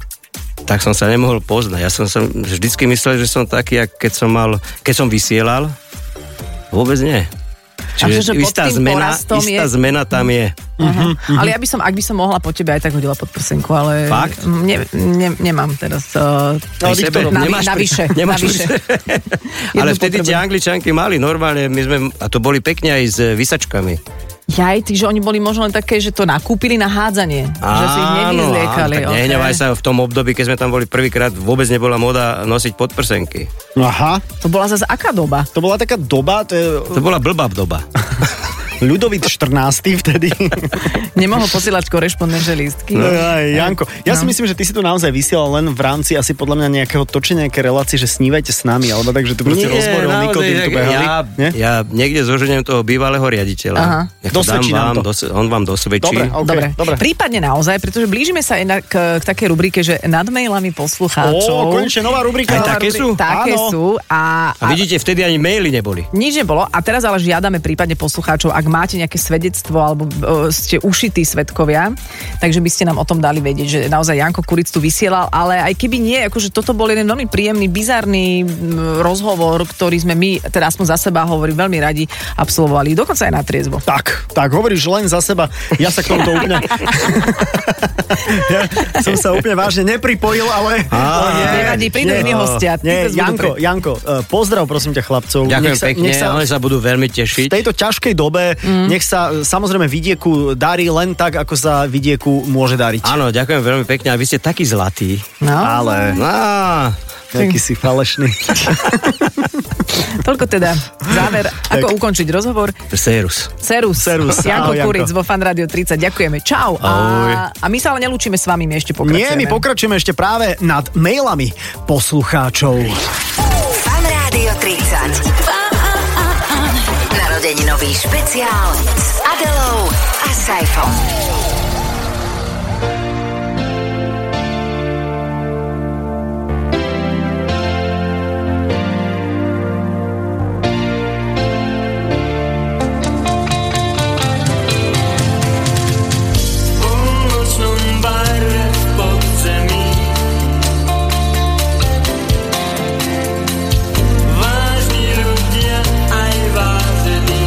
D: tak som sa nemohol poznať. Ja som, som vždycky myslel, že som taký, jak keď som mal, keď som vysielal, vôbec nie.
C: že- že pod
D: istá,
C: tým
D: zmena,
C: porastom
D: istá
C: je-
D: zmena tam je. Mhm,
C: Aha. Ale ja by som, ak by som mohla po tebe, aj tak hodila pod prsenku, ale...
D: Fakt?
C: M, Ne, ne, nemám teraz... Uh,
D: Pri sebe
C: na,
D: nemáš pri-
C: navyše.
D: nemáš pri
C: navyše.
D: sebe. Ale
C: Jednu
D: vtedy tie
C: potrebujem.
D: angličanky mali normálne, my sme, a to boli pekne aj s e, vysačkami.
C: Jaj, ty, že oni boli možno len také, že to nakúpili na hádzanie. že si ich nevyzliekali.
D: áno, tak
C: okej.
D: nehnevaj sa v tom období, keď sme tam boli prvýkrát, vôbec nebola moda nosiť podprsenky.
B: Aha.
C: To bola zase aká doba?
B: To bola taká doba, to je
D: To bola blbá doba.
B: Ľudovít 14. vtedy.
C: Nemohol posielať korešpondenže lístky.
B: No, aj, Janko, ja
C: No.
B: si myslím, že ty si to naozaj vysielal len v rámci asi podľa mňa nejakého točenia, nejaké relácie, že snívajte s nami, alebo tak, že tu proste rozboril
D: naozaj,
B: Nikodým tu
D: tak
B: behali.
D: ja,
B: nie?
D: ja niekde zoženiem toho bývalého riaditeľa.
C: Aha.
D: Ja to dám
B: Dosvedčí nám
D: vám,
B: to.
D: dos, on vám dosvedčí.
B: Dobre, ok,
C: dobre.
B: dobre.
C: Prípadne naozaj, pretože blížime sa jednak k, k takej rubrike, že nad mailami
B: Ó,
C: poslucháčov.
B: konečne nová rubrika.
D: Aj také sú?
C: Také
B: Áno.
C: sú. A,
D: A vidíte, vtedy ani maily neboli.
C: Nič nebolo a teraz ale žiadame prípadne poslucháčov, ak máte nejaké svedectvo alebo e, ste ušití svedkovia, takže by ste nám o tom dali vedieť, že naozaj Janko Kuric tu vysielal, ale aj keby nie, akože toto bol jeden veľmi príjemný, bizarný mm, rozhovor, ktorý sme my, teda aspoň za seba hovorím, veľmi radi absolvovali, dokonca aj na triezvo.
B: Tak, tak, hovoríš len za seba. Ja sa k tomuto úplne... ja som sa úplne vážne nepripojil, ale...
D: Á,
B: nie,
C: Nevadí, prídu
B: nie.
C: iní hostia. Tí
B: Nie,
C: zase budú
B: Janko,
C: pri-
B: Janko, eh, pozdrav prosím ťa chlapcov.
D: Ďakujem
B: Nech sa-
D: pekne,
B: nech sa-
D: oni sa budú veľmi
B: v
D: tešiť.
B: tejto ťažkej dobe mm. nech sa e, samozrejme vidieku darí len tak, ako sa vidieku môže dariť.
D: Áno, ďakujem veľmi pekne a vy ste takí zlatí. No,
C: No,
B: Ale
D: Á,
B: nejaký si falešný.
C: toľko teda záver, ako ukončiť rozhovor.
D: Serus.
C: Serus.
B: Servus.
C: Janko
B: Ahoj, Janko.
C: Kuric vo Fan Radio 30. Ďakujeme. Čau.
D: Ahoj.
C: A, a my sa ale nelúčime s vami, my ešte pokračujeme.
B: Nie, my pokračujeme ešte práve nad mailami poslucháčov.
A: Fan Rádio 30. Narodeninový špeciál s Adelou a Saifom.
E: V polnočnom bare v podzemí. Vážni ľudia aj vážení.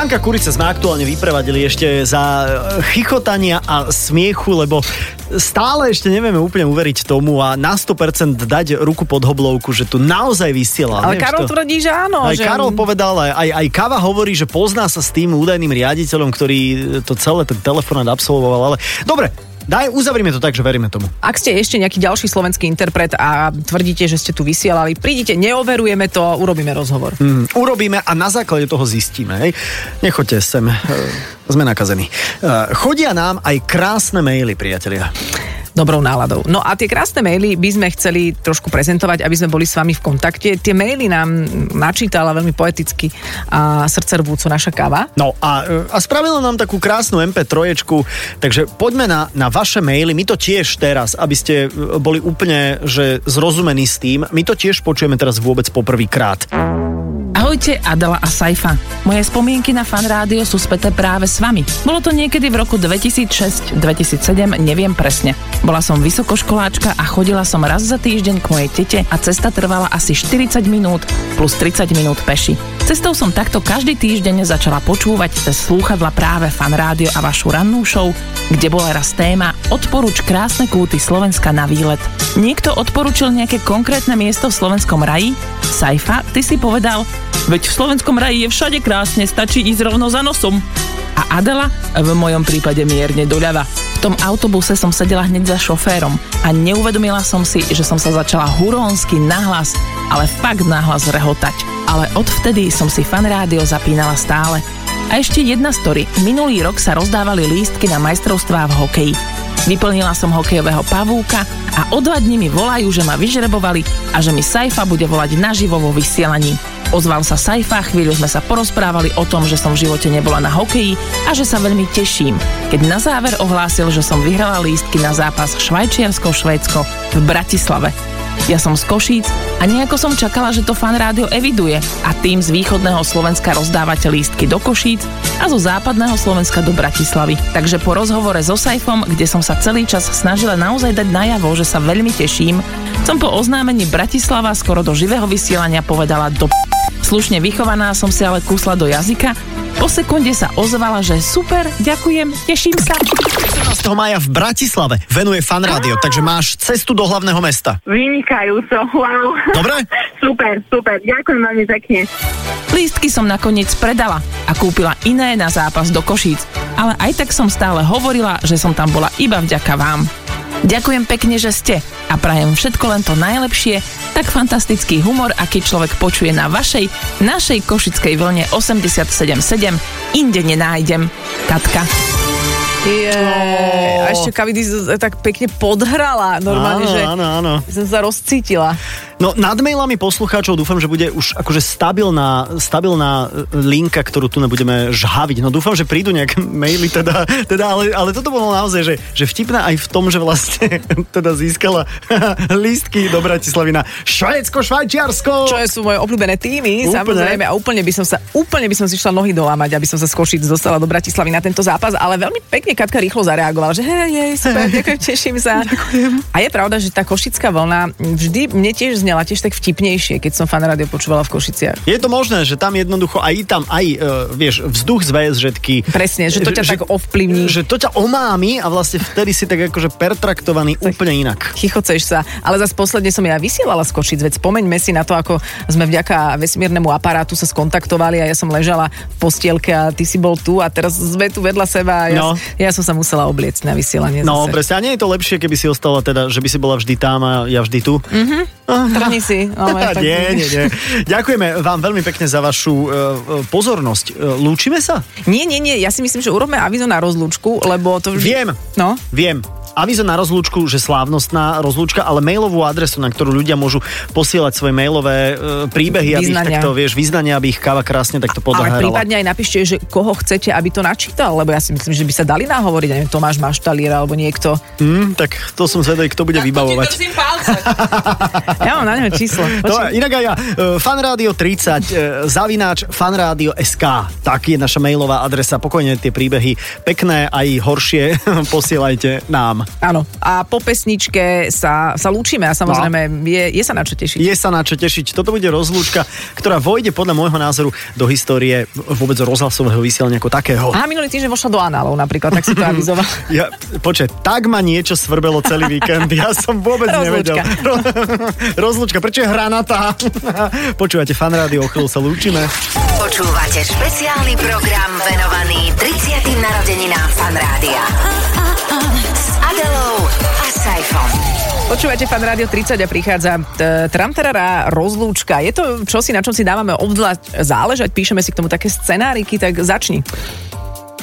B: Stanka Kurica sme aktuálne vyprevadili ešte za e, chichotania a smiechu, lebo stále ešte nevieme úplne uveriť tomu a na 100% dať ruku pod hoblovku, že tu naozaj vysiela.
F: Ale
B: Neviem, či
F: Karol
B: to-
F: tvrdí, že áno.
B: Aj
F: že...
B: Karol povedal, aj, aj, aj Kava hovorí, že pozná sa s tým údajným riaditeľom, ktorý e, to celé ten telefonát absolvoval, ale dobre, daj, uzavrime to tak, že veríme tomu.
F: Ak ste ešte nejaký ďalší slovenský interpret a tvrdíte, že ste tu vysielali, prídite, neoverujeme to, urobíme rozhovor.
B: Mm, urobíme a na základe toho zistíme. Hej. Nechoďte sem, e, sme nakazení. E, chodia nám aj krásne maily, priatelia.
F: dobrou náladou. No a tie krásne maily by sme chceli trošku prezentovať, aby sme boli s vami v kontakte. Tie maily nám načítala veľmi poeticky a srdcervúco naša káva.
B: No a, e, a spravila nám takú krásnu MP3, takže poďme na, na vaše maily, my to tiež teraz, aby ste e, boli úplne že zrozumení s tým, my to tiež počujeme teraz vôbec poprvýkrát.
C: Ahojte Adela a Saifa. Moje spomienky na fan rádio sú späté práve s vami. Bolo to niekedy v roku 2006-2007, neviem presne. Bola som vysokoškoláčka a chodila som raz za týždeň k mojej tete a cesta trvala asi 40 minút plus 30 minút peši. Cestou som takto každý týždeň začala počúvať cez slúchadla práve fan rádio a vašu rannú show, kde bola raz téma Odporúč krásne kúty Slovenska na výlet. Niekto odporúčil nejaké konkrétne miesto v slovenskom raji? Saifa, ty si povedal, Veď v slovenskom raji je všade krásne, stačí ísť rovno za nosom. A Adela v mojom prípade mierne doľava. V tom autobuse som sedela hneď za šoférom a neuvedomila som si, že som sa začala hurónsky nahlas, ale fakt nahlas rehotať. Ale odvtedy som si fan rádio zapínala stále. A ešte jedna story. Minulý rok sa rozdávali lístky na majstrovstvá v hokeji. Vyplnila som hokejového pavúka a o dva dní mi volajú, že ma vyžrebovali a že mi Saifa bude volať naživo vo vysielaní. Ozval sa Saifa, chvíľu sme sa porozprávali o tom, že som v živote nebola na hokeji a že sa veľmi teším, keď na záver ohlásil, že som vyhrala lístky na zápas Švajčiarsko-Švédsko v Bratislave. Ja som z Košíc a nejako som čakala, že to fan rádio eviduje a tým z východného Slovenska rozdávate lístky do Košíc a zo západného Slovenska do Bratislavy. Takže po rozhovore so Saifom, kde som sa celý čas snažila naozaj dať najavo, že sa veľmi teším, som po oznámení Bratislava skoro do živého vysielania povedala do p- Slušne vychovaná som si ale kúsla do jazyka, po sekunde sa ozvala, že super, ďakujem, teším sa.
B: 14. maja v Bratislave venuje fan rádio, takže máš cestu do hlavného mesta.
G: Vynikajúco, wow.
B: Dobre?
G: Super, super, ďakujem veľmi pekne.
C: Lístky som nakoniec predala a kúpila iné na zápas do Košíc, ale aj tak som stále hovorila, že som tam bola iba vďaka vám. Ďakujem pekne, že ste a prajem všetko len to najlepšie, tak fantastický humor, aký človek počuje na vašej, našej košickej vlne 87.7, inde nenájdem. Katka.
F: Yeah. A ešte Kavidy tak pekne podhrala normálne,
B: áno,
F: že
B: áno, áno.
F: som sa rozcítila.
B: No nad mailami poslucháčov dúfam, že bude už akože stabilná, stabilná e, linka, ktorú tu nebudeme žhaviť. No dúfam, že prídu nejaké maily, teda, teda ale, ale toto bolo naozaj, že, že vtipné aj v tom, že vlastne teda získala lístky do Bratislavy na Švédsko, Švajčiarsko.
F: Čo sú moje obľúbené týmy,
B: Úplne.
F: úplne. samozrejme, a úplne by som sa, úplne by som si išla nohy dolámať, aby som sa z Košic dostala do Bratislavy na tento zápas, ale veľmi pekne Katka rýchlo zareagovala, že hej, hej, super, ďakujem, teším sa. A je pravda, že tá košická vlna vždy mne tiež znela tiež tak vtipnejšie, keď som fan rádio počúvala v Košiciach.
B: Je to možné, že tam jednoducho aj tam, aj, e, vieš, vzduch z VSŽ.
F: Presne, že to ťa tak ovplyvní.
B: Že to ťa omámi a vlastne vtedy si tak akože pertraktovaný úplne inak.
F: Chichoceš sa, ale zase posledne som ja vysielala z Košic, veď spomeňme si na to, ako sme vďaka vesmírnemu aparátu sa skontaktovali a ja som ležala v postielke a ty si bol tu a teraz sme tu vedľa seba a ja, no.
B: No.
F: ja som sa musela obliecť na vysielanie
B: No,
F: zase.
B: presne. A nie je to lepšie, keby si ostala teda, že by si bola vždy tam a ja vždy tu. Mm-hmm.
F: Trhni si. Ale Mhm. No, tak...
B: nie, nie, nie. Ďakujeme vám veľmi pekne za vašu uh, pozornosť. Uh, lúčime sa?
F: nie, nie, nie, ja si myslím, že urobme avizo na rozlúčku, lebo to... vždy-
B: Viem.
F: No?
B: Viem. Avizo na rozlúčku, že slávnostná rozlúčka, ale mailovú adresu, na ktorú ľudia môžu posielať svoje mailové e, príbehy, aby ich
F: Vyznania.
B: takto, vieš, vyznania, aby ich káva krásne takto
F: Ale
B: podohrala.
F: prípadne aj napíšte, že koho chcete, aby to načítal, lebo ja si myslím, že by sa dali nahovoriť, ja neviem, Tomáš Maštalier alebo niekto.
B: Hm, tak to som zvedavý, kto bude vybavovať.
F: Ja mám na neho číslo.
B: To,
F: Počkaj.
B: inak aj ja. E, Fanradio 30, e, zavináč fanradio SK. Tak je naša mailová adresa. Pokojne tie príbehy, pekné aj horšie, posielajte nám.
C: Áno. A po pesničke sa, sa lúčime a samozrejme je, No. je sa na čo tešiť.
B: Je sa na čo tešiť. Toto bude rozlúčka, ktorá vojde podľa môjho názoru do histórie vôbec rozhlasového vysielania ako takého.
C: Aha, minulý týždeň vošla do análov napríklad, tak si to avizoval.
B: Ja, počkaj, tak ma niečo svrbelo celý víkend. Ja som vôbec
C: Rozlúčka.
B: nevedel. Ro, rozlúčka. Prečo je hranatá? Počúvate fan rádio, o chvíľu sa lúčime.
A: Počúvate špeciálny program venovaný 30. narodeninám Fanrádia. S Adelou a Saifom.
C: Počúvate fan Rádio 30 a prichádza e, Tramtarara rozlúčka. Je to čosi, na čom si dávame obzvlášť záležať, píšeme si k tomu také scenáriky, tak začni.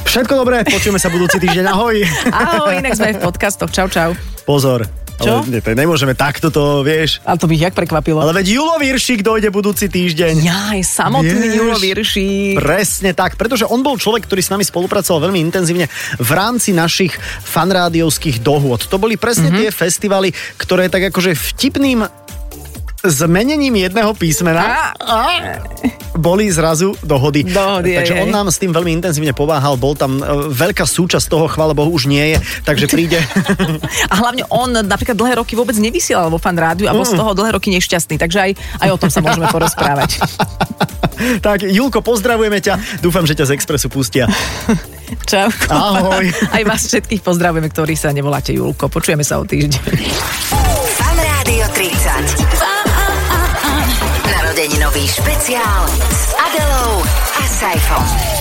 B: Všetko dobré, počujeme sa budúci týždeň. Ahoj.
C: Ahoj, inak sme aj v podcastoch. Čau, čau.
B: Pozor.
C: Čo?
B: Ale, ne, tak nemôžeme takto to, vieš.
C: Ale to by ich jak prekvapilo.
B: Ale veď Julo Viršik dojde budúci týždeň.
C: Jaj,
B: Vieš.
C: samotný Julo Viršík.
B: Presne tak, pretože on bol človek, ktorý s nami spolupracoval veľmi intenzívne v rámci našich fanrádiovských dohôd. To boli presne
C: Mhm.
B: mm-hmm. tie festivaly, ktoré tak akože vtipným zmenením jedného písmena
C: Á.
B: a boli zrazu dohody.
C: Dohody,
B: takže
C: aj,
B: on
C: aj.
B: nám s tým veľmi intenzívne pomáhal, bol tam e, veľká súčasť toho, chvála Bohu, už nie je, takže príde
C: A hlavne on napríklad dlhé roky vôbec nevysielal vo fan rádiu a bol z toho dlhé roky nešťastný. Takže aj, aj o tom sa môžeme porozprávať.
B: tak, Julko, pozdravujeme ťa. Dúfam, že ťa z Expressu pustia.
C: Čau.
B: Ahoj.
C: Aj vás všetkých pozdravujeme, ktorí sa nevoláte Julko. Počujeme sa o týždeň.
A: Fan Rádio 30. Narodeninový špeciál s Adelou a Saifom.